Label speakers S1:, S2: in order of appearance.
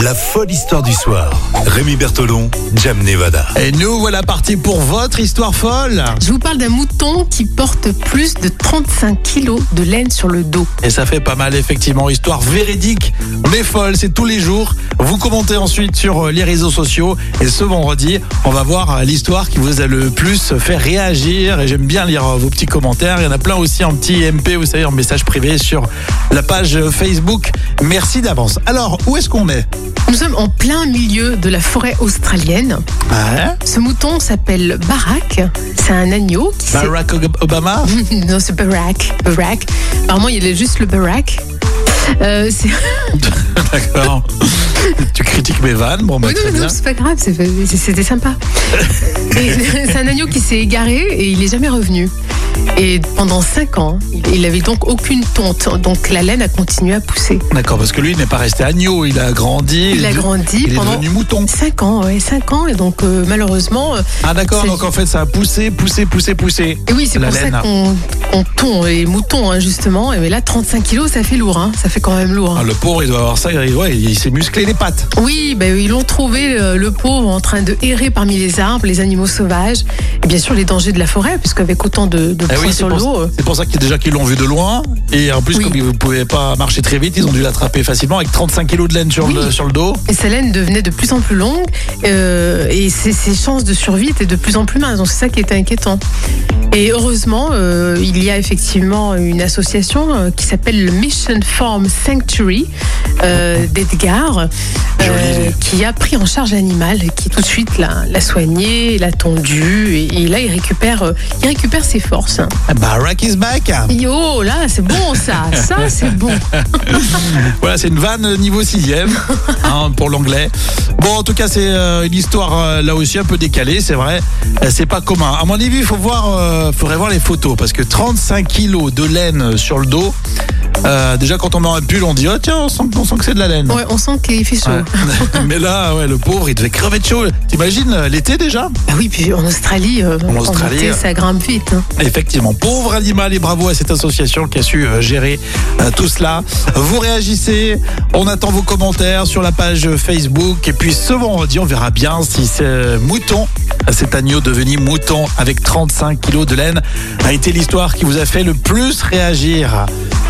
S1: La folle histoire du soir. Rémi Bertolon, Jam Nevada.
S2: Et nous voilà partis pour votre histoire folle.
S3: Je vous parle d'un mouton qui porte plus de 35 kilos de laine sur le dos.
S2: Et ça fait pas mal effectivement, histoire véridique mais folle, c'est tous les jours. Vous commentez ensuite sur euh, les réseaux sociaux et ce vendredi, on va voir euh, l'histoire qui vous a le plus fait réagir et j'aime bien lire euh, vos petits commentaires. Il y en a plein aussi en petit MP, vous savez, en message privé sur la page euh, Facebook. Merci d'avance. Alors, où est-ce qu'on est
S3: Nous sommes en plein milieu de la forêt australienne.
S2: Hein
S3: Ce mouton s'appelle Barak. C'est un agneau qui s'est...
S2: Barack Ob- Obama
S3: non, c'est Barak. Barak. Apparemment, il est juste le Barak. Euh, c'est...
S2: D'accord. tu critiques mes vannes, bon bah
S3: Oui,
S2: très
S3: non,
S2: bien.
S3: non, c'est pas grave, c'est- c'est- c'était sympa. Et c'est un agneau qui s'est égaré et il n'est jamais revenu. Et pendant 5 ans, il n'avait donc aucune tonte. Donc la laine a continué à pousser.
S2: D'accord, parce que lui il n'est pas resté agneau, il a grandi.
S3: Il a
S2: de-
S3: grandi
S2: Il est
S3: pendant
S2: devenu mouton.
S3: 5 ans, ouais, 5 ans. Et donc euh, malheureusement, euh,
S2: Ah d'accord,
S3: C'est-
S2: donc en fait ça a poussé, poussé, poussé, poussé.
S3: et oui, c'est
S2: La
S3: pour ça
S2: laine.
S3: qu'on qu'on tond les moutons, hein, justement. Et mais là, 35 kilos, ça fait lourd, hein. ça fait quand même lourd.
S2: Ah, le pauvre il doit avoir ça, il, ouais, il s'est musclé les pattes.
S3: Oui, ben, ils l'ont trouvé, euh, le pauvre, en train de errer parmi les arbres, les animaux sauvages. Et bien sûr, les dangers de la forêt, puisqu'avec autant de, de
S2: Eh
S3: points
S2: oui, c'est
S3: sur
S2: pour,
S3: l'eau. euh,
S2: c'est pour ça qu'ils déjà qu'ils l'ont vu de loin. Et en plus
S3: Oui.
S2: comme ils ne pouvaient pas marcher très vite, ils ont dû l'attraper facilement avec 35 kilos de laine sur,
S3: Oui.
S2: le, sur le dos.
S3: Et sa laine devenait de plus en plus longue euh, et ses, ses chances de survie étaient de plus en plus minces. Donc c'est ça qui était inquiétant. Et heureusement, euh, il y a effectivement une association euh, qui s'appelle le Mission Farm Sanctuary euh, d'Edgar,
S2: Jolie idée.
S3: qui a pris en charge l'animal, et qui tout de suite l'a l'a soigné, l'a tendu, et, et là il récupère, euh, il récupère ses forces.
S2: Ah, Bah Rack is back.
S3: Et oh là, c'est bon ça, ça c'est bon.
S2: Voilà, c'est une vanne niveau 6 hein, pour l'anglais. Bon, en tout cas, c'est euh, une histoire euh, là aussi un peu décalée, c'est vrai. Euh, c'est pas commun. À mon avis, il faut voir, euh, faudrait voir les photos parce que 35 kilos de laine sur le dos. euh, déjà, quand on met un pull, on dit oh tiens, on sent, on sent que c'est de la laine.
S3: Ouais, on sent qu'il fait chaud.
S2: Ouais. Mais là, ouais, le pauvre, il devait crever de chaud. T'imagines euh, l'été déjà
S3: Bah oui, puis en Australie, euh, en
S2: Australie,
S3: montée,
S2: euh,
S3: ça grimpe vite. hein.
S2: Effectivement, pauvre animal et bravo à cette association qui a su euh, gérer euh, tout cela. Vous réagissez, on attend vos commentaires sur la page Facebook et puis ce vendredi on verra bien si ce mouton, cet agneau devenu mouton avec 35 kilos de laine a été l'histoire qui vous a fait le plus réagir